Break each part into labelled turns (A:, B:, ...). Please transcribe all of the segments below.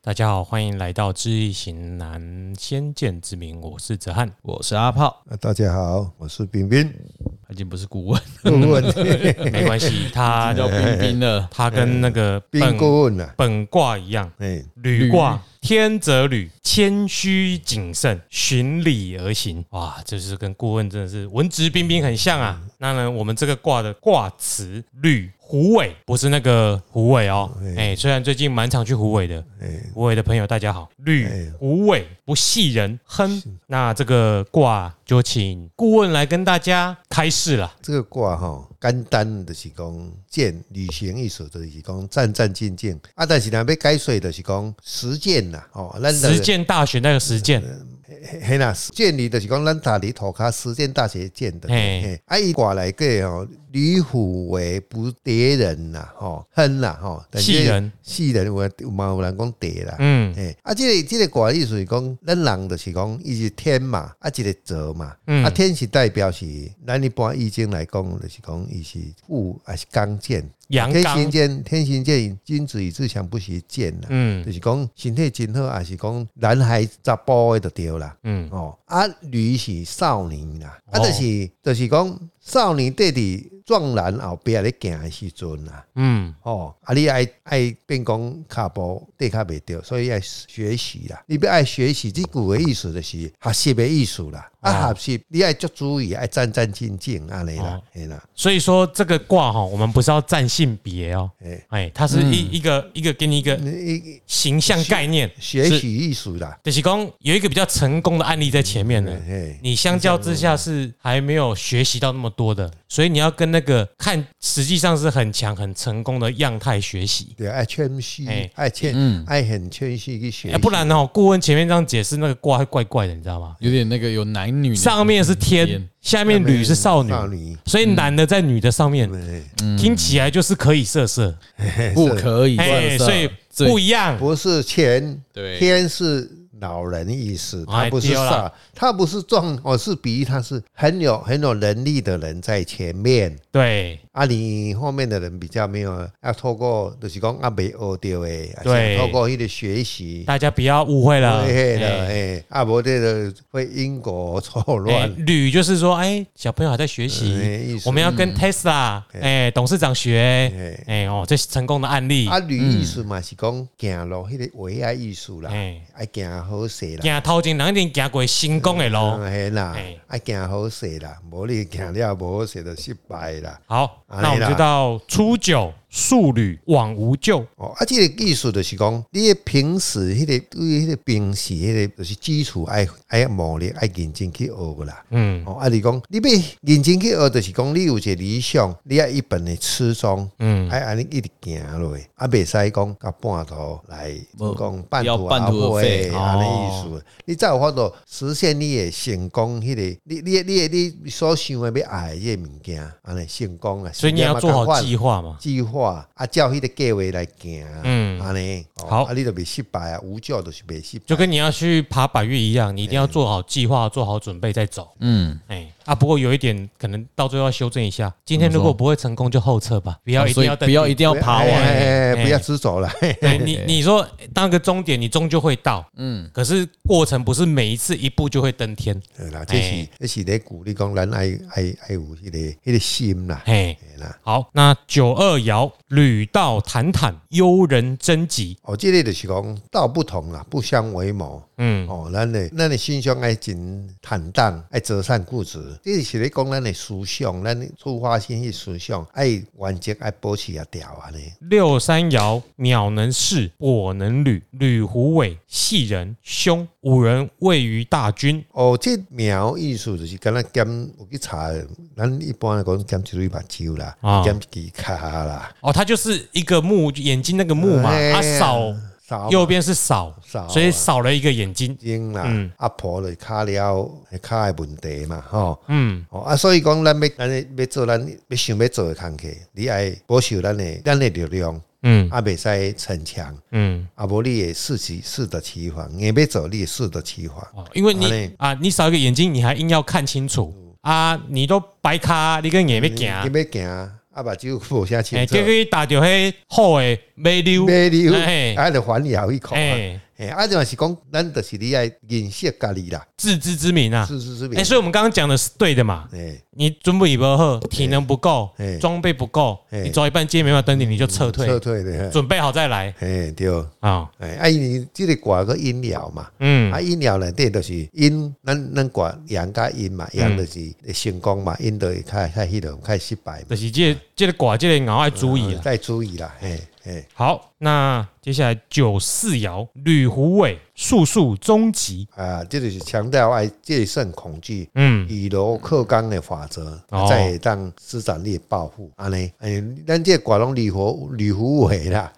A: 大家好，欢迎来到知易行难，先见之明，我是泽汉。
B: 我是阿炮，
C: 啊，大家好，我是冰冰。
B: 他已经不是顾问，
C: 顾问，
A: 没关系，
B: 他
A: 他
B: 叫冰冰了。
A: 他跟那个
C: 冰
A: 本
C: 顾问呐、啊，
A: 本卦一样，
C: 哎、
A: 履卦天泽履，谦虚谨慎，循礼而行。哇，这就是跟顾问真的是文质彬彬很像啊。那呢，我们这个卦的卦辞履虎尾，不是那个虎尾哦。哎、虽然最近蛮常去虎尾的，虎尾的朋友大家好。履虎尾不系人，亨。那这个卦就请顾问来跟大家开示了。
C: 这个卦哈、简单就是讲见旅行意思，就是讲战战兢兢啊。但是呢，要解说就是讲实践呐、哦，咱
A: 实践大学那个实践，
C: 嘿啦，建立就是讲咱塔里头卡实践大学建的。
A: 嘿
C: 嘿，啊，伊卦来个哦，吕虎为不敌人呐、吼亨啦，吼，但是
A: 戏人，
C: 戏人有有嘛有人讲敌啦，
A: 嗯
C: 诶，啊，即、个即、个卦意思是讲，咱人就是讲，伊是天嘛，啊，一个泽嘛，
A: 嗯
C: 啊，天是代表是，咱一般易经来讲，就是讲伊是富还是刚健，
A: 阳
C: 天
A: 刚
C: 行，健，天行健，君子以自强不息健啦，
A: 嗯
C: 就是讲身体真好，还啊是讲男孩查甫的就对啦，
A: 嗯，
C: 哦，啊，女是少年啦，啊，
A: 哦
C: 就是就是讲少年弟弟壮男后壁咧行的时阵啦。
A: 嗯，
C: 哦，啊，你爱爱变讲卡步对卡袂对，所以爱学习啦。你要爱学习，即句的意思就是学习的意思啦。啊，
A: 哦
C: 学习你爱足注意，爱战战兢兢安尼啦
A: 哦，
C: 嘿啦，
A: 所以说这个卦哈，我们不是要占性别哦，
C: 诶，
A: 哎，它是一一个一个给你一个
C: 你
A: 形象概念，
C: 学
A: 是
C: 习意思啦，
A: 就是讲有一个比较成功的案例在前面呢。
C: 嘿，
A: 你相较之下是还没有学习到那么多的，所以你要跟那个看实际上是很强很成功的样态学习，
C: 对，爱谦虚
A: 嘿，嗯
C: 爱
B: 嗯
C: 谦，爱很谦虚去学
A: 哎，
C: 习，
A: 不然哦，顾问前面这样解释那个卦会怪怪的，你知道吗？
B: 有点那个有男女的
A: 上面是天
B: 天，
A: 下面女是少女，
C: 少女，
A: 所以男的在女的上面，
C: 嘿
A: 听起来就是可以色色，
B: 不可以
A: 哎，
B: 换色，
A: 所以
B: 嗯
A: 不一样，
C: 不是钱，
B: 对
C: 天是老人意思，
A: 哎
C: 他不是
A: 对啦
C: 傻，他不是壮，我是比喻他是很有很有能力的人在前面。
A: 对，
C: 啊，你后面的人比较没有，要透过就是讲啊，没学到的，还是
A: 对
C: 透过一个学习，
A: 大家不要误会了。
C: 对的，
A: 哎
C: 哎，啊，无这个会因果错
A: 哎
C: 乱，
A: 旅就是说，哎，小朋友还在学
C: 哎
A: 习
C: 意，思
A: 我们要跟 Tesla 哎董事长学，哎哦，这是成功的案例
C: 啊，，旅艺术嘛是讲行路迄个为爱艺术啦
A: 哎，
C: 爱行好势啦，
A: 行头前人一定行过成功的路。
C: 系啦
A: 哎，
C: 爱行好势啦，无你行了无好势就失败啦。
A: 好，
C: 哎
A: 那我们就到初九素履往无咎，
C: 哦，啊，这个艺术就是讲，你的平时迄、个对迄个平时迄、个就是基础爱爱磨练，爱认真去学的啦。
A: 嗯，
C: 哦，啊，你讲你要认真去学，就是讲你有一个理想，你要一本的初衷，
A: 嗯
C: 嗯，爱安尼一直行落去，啊，袂使讲到半途来
B: 无
C: 讲半
B: 要
C: 途
B: 半
C: 而
B: 途而废
C: 废，安尼意
A: 哦
C: 思。你才有法度实现你的成功，迄、个你你你你你所想的要爱的迄个物件，安尼成功啊。
A: 所以你要做好
C: 事业嘛同款
A: 计划嘛。
C: 计划啊，照迄个计划来行，
A: 嗯
C: 嗯，安尼，哦
A: 好
C: 啊，你就袂失败啊，无教就是袂失败，
A: 就跟你要去爬百越一样，你一定要做好计划，做好准备再走。
B: 嗯，
A: 哎啊，不过有一点可能到最后要修正一下，今天如果不会成功就后撤吧，不要一定
B: 哦啊所以
A: 要等
B: 不要
A: 第
B: 一定要爬
C: 哎
B: 完，
C: 哎哎
A: 哎
C: 不要执着了，嘿
A: 对你，你说当个终点，你终究会到，嗯，可是过程不是每一次一步就会登天，
C: 对啦，这
A: 哎
C: 是这是咧鼓励讲咱爱爱爱有迄个迄个心啦，
A: 嘿，
C: 嘿啦，
A: 好，那九二爻履道坦坦，悠人贞吉，
C: 哦，这个就是讲道不同啦，不相为谋，
A: 嗯，
C: 哦，咱的咱的心胸爱真坦荡，爱择善固执，这是咧讲咱的思想，咱的出发心去思想，爱完结爱保持啊调安尼。
A: 六三爻鸟能视，我能履，履虎尾，系人凶，五人位于大军，
C: 哦，这苗意思就是敢若减，有去查，咱一般来讲减一对目睭啦
A: 啊，
C: 减、一支卡啦，
A: 哦，它就是一个目眼睛那个目嘛，
C: 哎呀
A: 啊少
C: 少
A: 右边是少，
C: 少
A: 所以少了一个眼睛，
C: 睛啦啊
A: 嗯，
C: 阿婆就是卡了，卡的问题嘛，吼、
A: 嗯，
C: 哦啊，所以讲，咱要咱的要做咱要想要做的工课，你爱保守咱的咱的力量，
A: 嗯
C: 啊，袂使逞强，
A: 嗯。
C: 啊，无你会适其适得其反，硬要做你会适得其反。
A: 哦，因为
C: 好
A: 你
C: 嘞
A: 啊，你少一个眼睛，你还硬要看清楚啊，你都白卡，你跟眼没行，
C: 你要行，啊，目睭无啥清
A: 哎，
C: 楚
A: 这，个打到迄厚的尾溜，
C: 买你有
A: 哎
C: 啊，就反咬一口啊。
A: 哎，
C: 嘿，啊，就是讲，咱就是你爱认识家己啦，
A: 自知之明啊。
C: 自知之明
A: 哎，。所以我们刚刚讲的是对的嘛？
C: 哎，
A: 你准备不好，体能不够
C: 哎，
A: 装备不够，
C: 哎
A: 你走一半街没办法登顶，你就撤退
C: 撤，退的，嘿
A: 准备好再来
C: 嘿，对，
A: 啊。
C: 哎，啊，你这个挂个阴爻嘛，
A: 嗯
C: 啊，阴爻内底就是阴，咱咱挂阳甲阴嘛，
A: 嗯
C: 阳就是会成功嘛，阴就会较较迄种较失败嘛
A: 就，是这这个卦，这个爻要注意啊。
C: 再注意啦，嘿，嘿，
A: 好，那接下来九四爻，吕虎尾，速速终极。
C: 啊，这就是强调爱戒慎恐惧，
A: 嗯，
C: 以柔克刚的法则
A: 哦，
C: 再会当施展力报复。安尼，哎，咱这寡拢旅活旅服 为啦，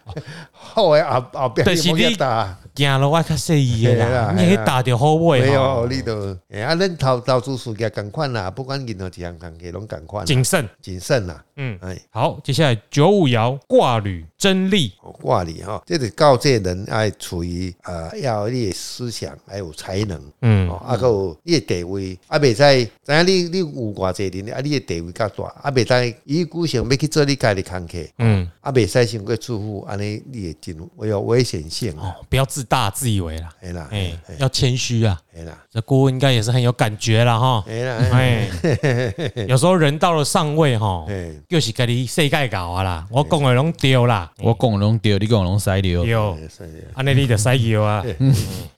C: 后来后后壁
A: 就是你
C: 你莫去打，
A: 行了我较细意的
C: 嘿
A: 啦
C: 啦，
A: 你可以打到好
C: 没
A: 尾
C: 有
A: 哦，
C: 你都，哎啊，咱投投资事业共款啦，不管任何一项工作拢共款啦，
A: 谨慎。
C: 谨慎啦，
A: 嗯，
C: 哎。
A: 好，接下来九五爻，卦吕，真力。
C: 哦挂你哈，这是告诫人爱处于呃，要有你的思想，还有才能，
A: 嗯
C: 哦，啊还有你的地位，啊，袂使，知影你你有偌济人，啊，你的地位较大，啊，袂使以股性要去做你家己的工课，
A: 嗯，
C: 啊，袂使伤过自负，安尼你会真有有危险性啊，
A: 哦，不要自大自以为啦，
C: 哎啦，
A: 哎
C: 哎，
A: 要谦虚啊。
C: 哎啦，
A: 这顾问应该也是很有感觉啦哈。
C: 哎啦，
A: 哎，有时候人到了上位哈，
C: 哎，
A: 又是跟你世界搞啊啦，我讲的拢丢啦，
C: 嗯
B: 我讲的拢对，你讲的拢塞对。
A: 丢，
C: 哎是的
A: 安内你的塞丢啊。嗯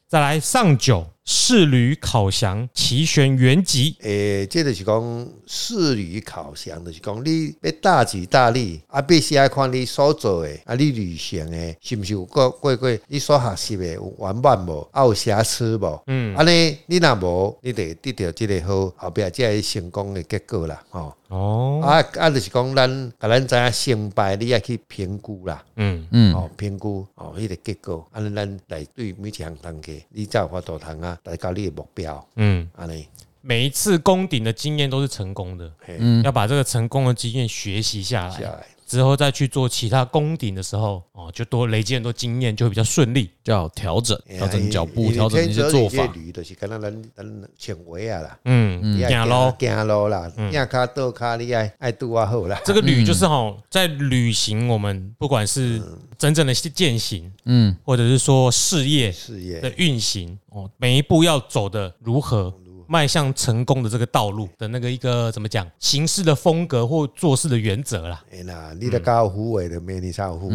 A: 再来上九，士旅考祥，齐旋原籍。
C: 诶，这就是讲事与考详，就是讲你要大吉大利，啊，必须要看你所做诶，啊，你旅行诶，是毋是有过过过你所学习诶有完满无，啊，有瑕疵无？嗯，安尼你若无，你就会得到即个好后壁才会成功诶结果啦，吼、
A: 哦，
C: 啊啊，就是讲咱甲咱知影成败，你要去评估啦，
A: 嗯，
B: 嗯，
C: 哦，评估哦，迄、个结果，安尼咱来对每一项东西，你才有法度通啊，达到你诶目标，
A: 嗯，
C: 安尼，
A: 每一次攻顶的经验都是成功的，
C: 嘿，
A: 要把这个成功的经验学习下
C: 下
A: 来，
C: 来。
A: 之后再去做其他攻顶的时候，哦，就多累积很多经验，就会比较顺利。
B: 就要调整，调整脚步，调整
C: 一
B: 一些做法。
C: 旅就是敢若咱咱穿鞋啊啦，
A: 嗯，
C: 你爱
A: 行咯。
C: 行路啦，行骹倒骹你爱爱拄啊好啦。
A: 这个旅就是哈，在旅行，我们不管是真正的践行，
B: 嗯，
A: 或者是说事业
C: 事
A: 的
C: 业
A: 运行，哦，每一步要走的如何迈向成功的这个道路的那个一个怎么讲，行事的风格或做事的原则啦。
C: 哎啦，你的高虎尾的没你上虎，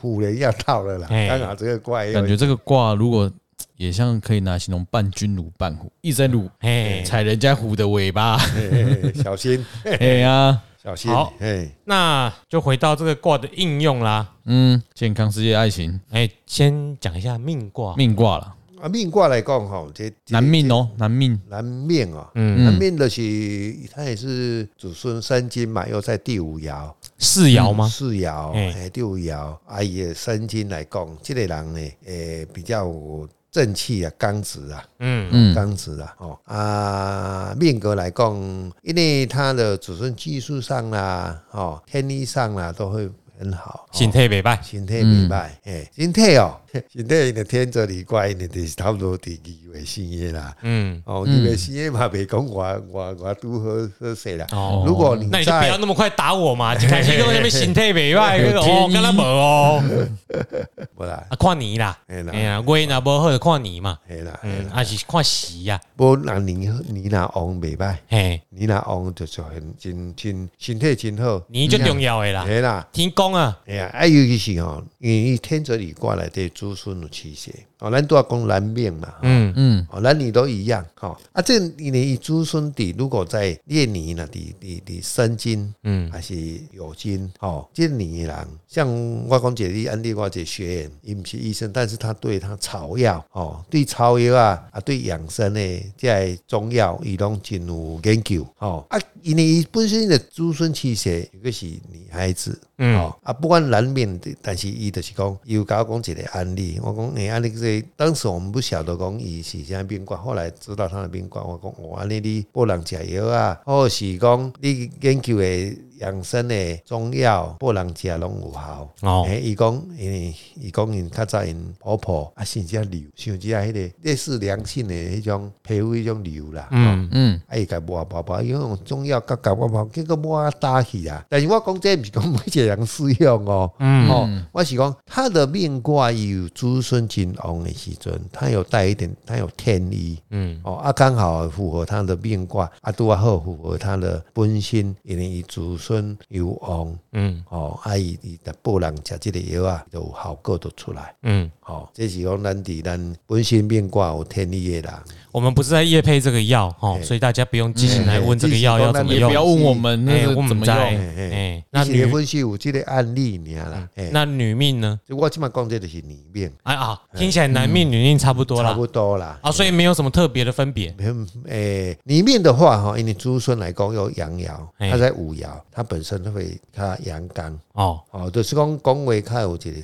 C: 虎人要到了啦，
A: 嘿
C: 刚好这个怪
B: 感觉这个卦如果也像可以拿来形容伴君如伴虎，一直在撸
A: 哎，
B: 踩人家虎的尾巴。
C: 嘿嘿嘿小心
B: 哎呀，
C: 小心
A: 好，
C: 哎，
A: 那就回到这个卦的应用啦。
B: 嗯，健康、事业、爱情，
A: 哎，先讲一下命卦，
B: 命卦了，
C: 啊命卦来讲吼，这这
B: 男命哦，男命。
C: 男命哦，
A: 嗯
C: 男命就是他也是祖孙三金嘛，又在第五爻。
A: 四爻哦吗？
C: 四爻、
A: 嘿
C: 哎六爻，啊伊的身经来讲，这个人呢，诶、比较有正气啊，刚直啊，
A: 嗯
B: 嗯
C: 刚直啊，哦啊命格来讲，因为他的祖孙技术上啦，哦天力上啦，都会很好。哦
A: 形态北拜，
C: 身体明白，哎、身体哦， 身体因的天泽里怪，因的就是差不多第二月生日啦。
A: 嗯，
C: 哦，二月生日嘛，别讲我我我拄好好势啦。
A: 哦
C: 如果你
A: 那你就不
C: 在
A: 要那么快打我嘛，一开始用那边形态北拜，
B: 嘿
A: 那个哦，跟他无哦，
C: 不啦，
A: 啊，看你啦，
C: 哎啦
A: 哎，呀，我那无好就看你嘛，
C: 哎啦，哎
A: 嗯，还是看时呀，
C: 无那你你那王袂歹，
A: 嘿，
C: 你那王就是很真真身体真好，
A: 你就重要的啦，
C: 嘿啦。
A: 天公啊，
C: 哎呀，啊，尤其是吼，因为伊天泽里挂来的子孙有气血，哦，咱都要讲难免嘛，
A: 嗯
B: 嗯，
C: 哦，咱你都一样，吼、啊，这你呢，子孙底如果在列年呢，底底底生金，
A: 嗯，
C: 还是有金，哦，这年的人，像我讲姐你安利我姐学员，伊不是医生，但是他对他草药，哦，对草药啊，啊，对养生的这些中药，伊拢真有研究，哦，啊，因为伊本身的子孙气血，尤其是女孩子，
A: 嗯
C: 哦，啊，不管难免，但是伊就是讲，伊有甲我讲一个案例，我讲诶，安尼这当时我们不晓得讲伊是啥病关，后来知道哦他的病关，我讲哦，安尼你不能食药啊，或是讲你研究诶养生的中药，不人食拢有效。
A: 哦
C: 诶，伊讲，因为伊讲因较早因婆婆啊，甚至啊瘤，像即啊迄个类似良性的迄种皮肤迄种瘤啦，
A: 嗯，
B: 嗯，
C: 啊伊甲抹抹抹，伊讲中药甲甲抹抹，结果抹打去啦。但是我讲这毋是讲每一个人使用哦，
A: 嗯
C: 哦，我是讲他的命卦有子孙金旺的时阵，他有带一点，他有天意，
A: 嗯，
C: 哦，啊，刚好符合他的命卦，啊，拄啊好符合他的本身，因为伊子孙有旺，
A: 嗯，
C: 哦，啊，伊伊逐步人食即个药啊，就有效果就出来，
A: 嗯，
C: 哦，这是讲咱伫咱本身命卦有天意的人，
A: 我们不是在夜配这个药哦，
C: 哎
A: 所以大家不用记性来问这个药要怎么
B: 也
A: 用
B: 不。要问我们那
A: 哎，
B: 是
A: 我
B: 怎
A: 们
B: 么
A: 在
B: 用，
C: 嘿嘿
A: 哎，那嗯
C: 那你
A: 女
C: 分析有即个案例尔啦，嘿，
A: 那女命呢？
C: 就我即摆讲这就是你命，
A: 哎啊，听起来男命女命差不多
C: 差
A: 啦，
C: 不多啦。
A: 啊，所以没有什么特别的分别。
C: 嗯，诶、里面的话哈，因为子孙来讲有阳爻，
A: 嘿
C: 它在五爻，它本身会它阳刚，
A: 哦，
C: 哦，就是讲讲话较有一个，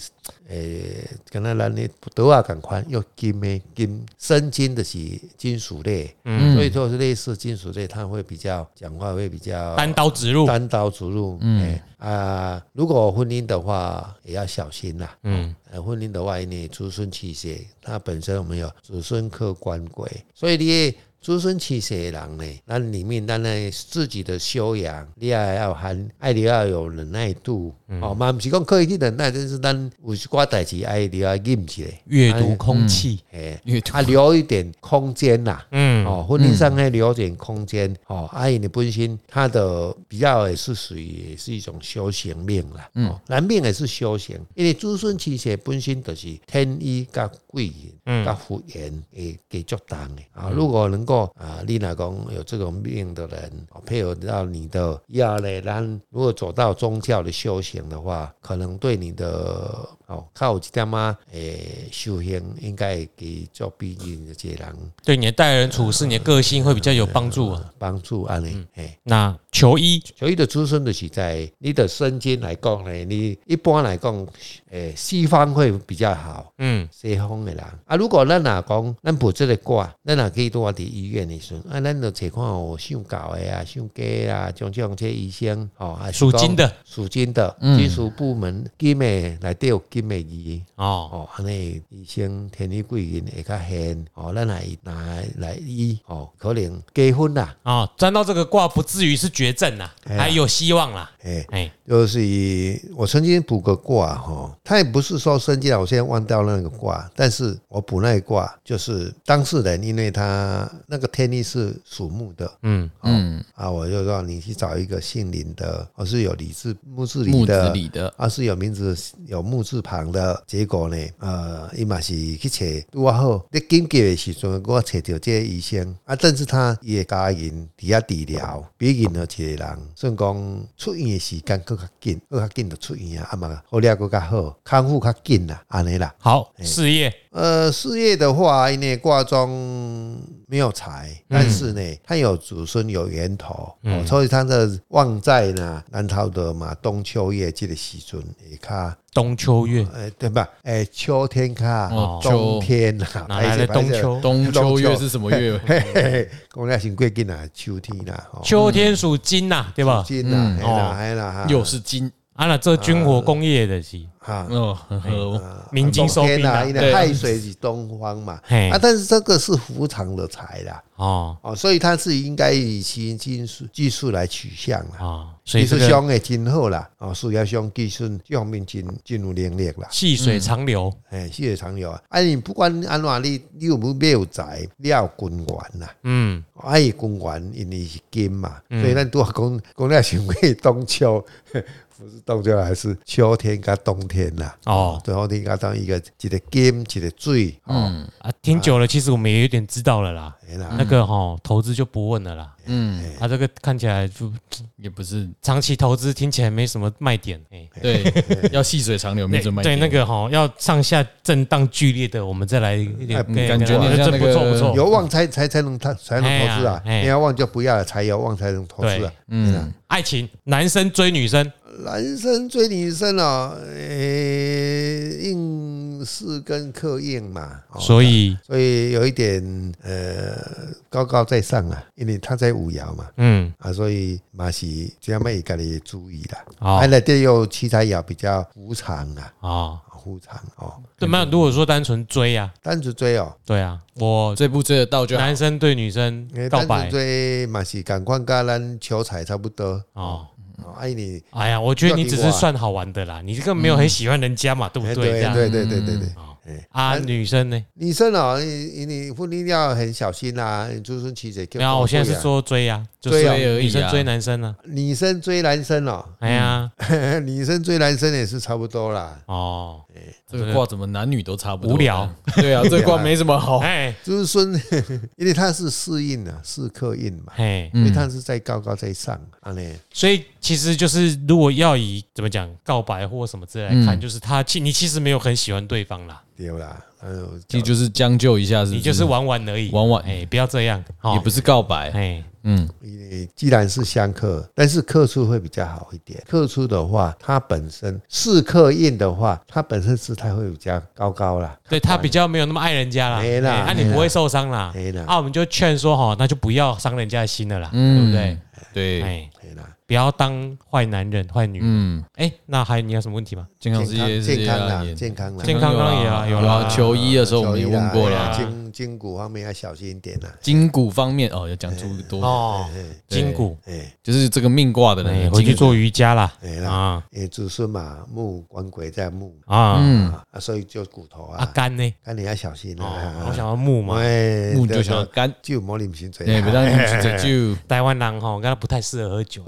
C: 诶、敢若咱咧刀啊共款，用金的金，生金的是金属类，
A: 嗯
C: 所以说类似金属类，它会比较讲话会比较
A: 单刀直入，
C: 单刀直入，嗯啊，如果婚姻的话也要小心啦。
A: 嗯
C: 呃，婚姻的话，你子孙气血，它本身我们有子孙克官鬼，所以你的子孙气血的人呢，那里面当然自己的修养，你也要含，爱你要有忍耐度，哦，嘛不是讲刻意去忍耐，就是咱有一寡代志爱你要忍 起来，
A: 阅读空气，
C: 哎，
B: 因为突
C: 啊留一点空间呐、
A: 嗯
C: 哦，婚姻上还留点空间哦。阿姨，你本身她的比较也是属于也是一种修行命啦，哦，男命也是修行，因为子孙气血本身就是天意甲贵人、甲福缘诶给足重的啊。如果能够啊，你若讲有这种命的人，哦配合到你的以后呢，咱如果走到宗教的修行的话，可能对你的哦，较有一点啊，诶，修行应该会给做逼近的这个人。
A: 对你的待人处事、你的个性会比较有帮助啊。
C: 帮助安尼。嘿，
A: 那求医，
C: 所以的出生就是在你的身经来讲呢，你一般来讲，诶、西方会比较好。
A: 嗯
C: 西方的人啊，如果咱若讲咱不这个卦，咱若去多伫医院的时阵，啊，咱就找看有上教的啊、上家啊，种种这医生哦，啊，
A: 属金的、嗯
C: 属金的金属部门金的来有金的医。
A: 哦，
C: 哦，安尼医生天理贵人会较现哦，咱来拿来医哦，可能结婚啦，
A: 哦，沾到这个卦不至于是绝症啦，
C: 哎呀
A: 还有希望啦。
C: 诶、
A: 哎，
C: 就是以我曾经卜个卦哈，他也不是说生计了，我现在忘掉那个卦，但是我卜那一卦就是当事人，因为他那个天意是属木的，
A: 嗯
C: 嗯啊，我就让你去找一个姓林的，我是有李字木字
B: 木
C: 李
B: 子
C: 的。
B: 李的，
C: 啊，是有名字有木字旁的，结果呢，呃，伊嘛是去找，拄啊好，你紧急的时阵，我找到这个医生，啊，但是他伊的家人伫遐治疗，比任何一个人，算讲出院的时间更较紧，更较紧就出院啊，啊嘛，好了更较好，康复较紧啦，安尼啦。
A: 好，事业，
C: 呃，事业的话，因为卦中没有财，但是呢，它有子孙有源头，哦，所以它的旺在呢，南头的嘛，冬秋叶这个时阵会较，
A: 冬秋月，
C: 呃，对吧？诶、秋天较，
B: 哦
C: 冬天啊啦，
A: 哪来的
C: 不好意
A: 冬
C: 思？
A: 秋？
B: 冬秋月是什么月？
C: 嘿嘿嘿，讲了先过紧啦，秋天啦，哦，
A: 秋天属金呐，对吧？
C: 天啦，
B: 嗯
C: 嘿
A: 哦
C: 啦嘿啦，哈
B: 又是金
A: 啊，那这军火工业的是
C: 哈。
B: 哦，呵
C: 啊
B: 呵，
A: 嗯民经收兵
C: 冬呃天啦，
A: 啊哎
C: 因，
B: 对
C: 为亥水是东方嘛，
A: 嘿
C: 啊，但是这个是福长的财啦，
A: 哦
C: 哦，所以它是应该以其技术技术来取向啦。
A: 啊，所
C: 嗯技
A: 以
C: 术
A: 这个
C: 上的真好啦，哦，事业上技术这方面真真有能力啦，
A: 细水长流，
C: 哎，细水长流啊。啊，你不管安怎，你你有没有财，你要有军员啦。
A: 嗯，
C: 啊，伊军员因为是金嘛，所以咱拄啊讲讲了想过冬秋， 不是冬秋还是秋天加冬天啦。
A: 哦
C: 最后天加当一个一个金一个水，哦，
B: 嗯
A: 啊，听久了，其实我们也有点知道了啦。
C: 哎啦，
A: 那个哈，投资就不问了啦。
B: 嗯，
A: 他这个看起来就
B: 也不是
A: 长期投资听起来没什么卖点，哎，
B: 对，要细水长流，没准
A: 对
B: 备
A: 对，那个哈要上下震荡剧烈的，我们再来一点
C: 哎
A: 跟
B: 感觉
A: 跟
B: 有
A: 这
B: 点像那
A: 不错
B: 个
A: 不错。
C: 有望才才才能投才能投资啊，
A: 哎呀哎
C: 你要望就不要了，才有望才能投资啊。
B: 嗯，
A: 爱情，男生追女生，
C: 哎男生追女生啊，诶、应事跟刻印嘛，哦
A: 所以，
C: 所以有一点呃高高在上啊，因为他在五爻嘛。
A: 嗯，
C: 啊，所以嘛是这样，要家己注意啦。
A: 好
C: 啊，，那这又七彩爻比较无常啊，
A: 哦，
C: 无常哦。
A: 对没有？如果说单纯追啊，
C: 单子追哦，
A: 对啊，我
B: 这步追得到就好。
A: 男生对女生
C: 因为
A: 告
C: 单子
A: 白
C: 追嘛是赶快跟咱求财差不多
A: 哦。
C: 哦。哎你，
A: 哎呀，我觉得你只是算好玩的啦，你这个没有很喜欢人家嘛，对不
C: 嗯哎
A: 对？这
C: 对
A: 样
C: 对对对对对。
A: 哦
C: 哎
A: 啊，
C: 哎
A: 女生呢？
C: 女生哦，你你婚姻要很小心啦，你出生妻子。
A: 没有，我现在是，说追啊，就
C: 追
A: 是
C: 啊
B: 而已
A: 女
B: 啊
A: 生追男生啊。
C: 女生追男生哦，
A: 哎呀，
C: 女生追男生也是差不多啦。
A: 哦，
B: 这个卦怎么男女都差不多？
A: 无聊。
B: 对啊，这 卦没什么
C: 哦
B: 好。
A: 哎
C: 就是说， 因为他是适应啊，是刻印嘛，
A: 嘿，
C: 因为他是在高高在上啊呢。
A: 所以其实就是如果要以怎么讲告白或什么之类来看，
B: 嗯
A: 就是他其你其实没有很喜欢对方啦，
C: 对啦，嗯，
B: 其实就是将就一下，是不
A: 你就是玩玩而已，
B: 玩玩
A: 哎，不要这样，
B: 也
A: 哦
B: 不，是告白。
A: 哎，
B: 嗯，
C: 你既然是相克，但是克数会比较好一点。克数的话，它本身是刻印的话，它本身姿态会比较高高啦。
A: 对他比较没有那么爱人家啦，
C: 没啦
A: 哎啊，
C: 没
A: 你
C: 啦
A: 不会受伤啦，
C: 黑啦，
A: 啊，我们就劝说哈，那就不要伤人家的心了啦，
B: 嗯
A: 对不对？
B: 对，
A: 哎，
C: 黑啦，
A: 不要当坏男人、坏女人。
B: 嗯，
A: 哎，那还你有什么问题吗？
B: 健康世界是
C: 健
B: 这
C: 康
B: 样
C: 啦，
B: 演
C: 健康啦。
A: 健康当然也啊有啦
B: 求医的时候我们也问过嗯
A: 求医啊
B: 了，
C: 筋筋骨方面要小心一点啦。
B: 筋骨方面哦，要讲出多，
A: 哦，
C: 哎
A: 筋骨，
C: 哎
B: 就是这个命卦的
A: 哎，
B: 人
A: 回去
B: 筋骨
A: 做瑜伽啦。
C: 哎啦，
A: 啊
C: 哎，子孙嘛，木官鬼在木
A: 啊
B: 嗯，
C: 啊，所以就骨头
A: 啊，
C: 啊，
A: 肝呢？
C: 那你要小心
A: 哦
C: 啊。，
A: 我想要木嘛。
B: 嗯
C: 喂，
B: 木就想要干，
C: 就摸你心嘴
B: 哎，
C: 啦
B: 不。让你们嘴就
A: 台湾人哈，刚才不太适合喝酒，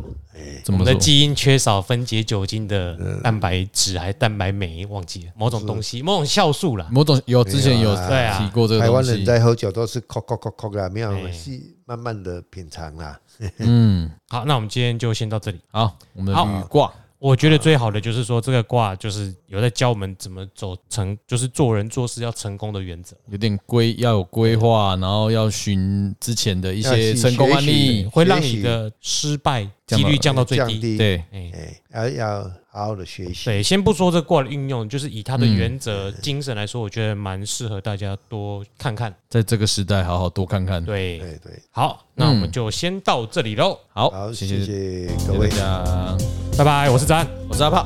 B: 怎
A: 我
B: 么
A: 们的
B: 说？
A: 基因缺少分解酒精
B: 嗯
A: 的蛋白质还是蛋白酶，忘记了某种东西，某种酵素啦。
B: 某种有之前有呃
A: 对啊
B: 提过这个
C: 台
B: 东
C: 湾人
B: 西，
C: 在喝酒都是抠抠抠抠啦，没有
A: 哎
C: 细慢慢的品尝啦。
B: 嗯，
A: 好，那我们今天就先到这里。
B: 好，我们的
A: 好
B: 履卦，
A: 我觉得最好的就是说，这个卦就是有在教我们怎么走成，就是做人做事要成功的原则。
B: 有点规要有规划，然后要寻之前的一些
C: 要去
B: 成功案
C: 学
B: 例
C: 习，
A: 嗯会让你的失败几率降到最
C: 降
A: 低。
C: 低，
B: 对，
A: 哎，
C: 哎，要要好好的学习。
A: 对，先不说这卦的运用，就是以它的原则精神来说，我觉得蛮适合大家多看看。
B: 在这个时代好好多看看。
A: 嗯对，嗯
C: 对对，
A: 好，那我们就先到这里喽，
B: 好，
C: 好，
B: 谢
C: 谢
B: 谢
C: 谢各
B: 谢谢
C: 位
B: 大，家，
A: 拜拜，我是詹。
B: 我是阿胖。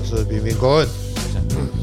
C: 我是冰冰哥。
A: 我是詹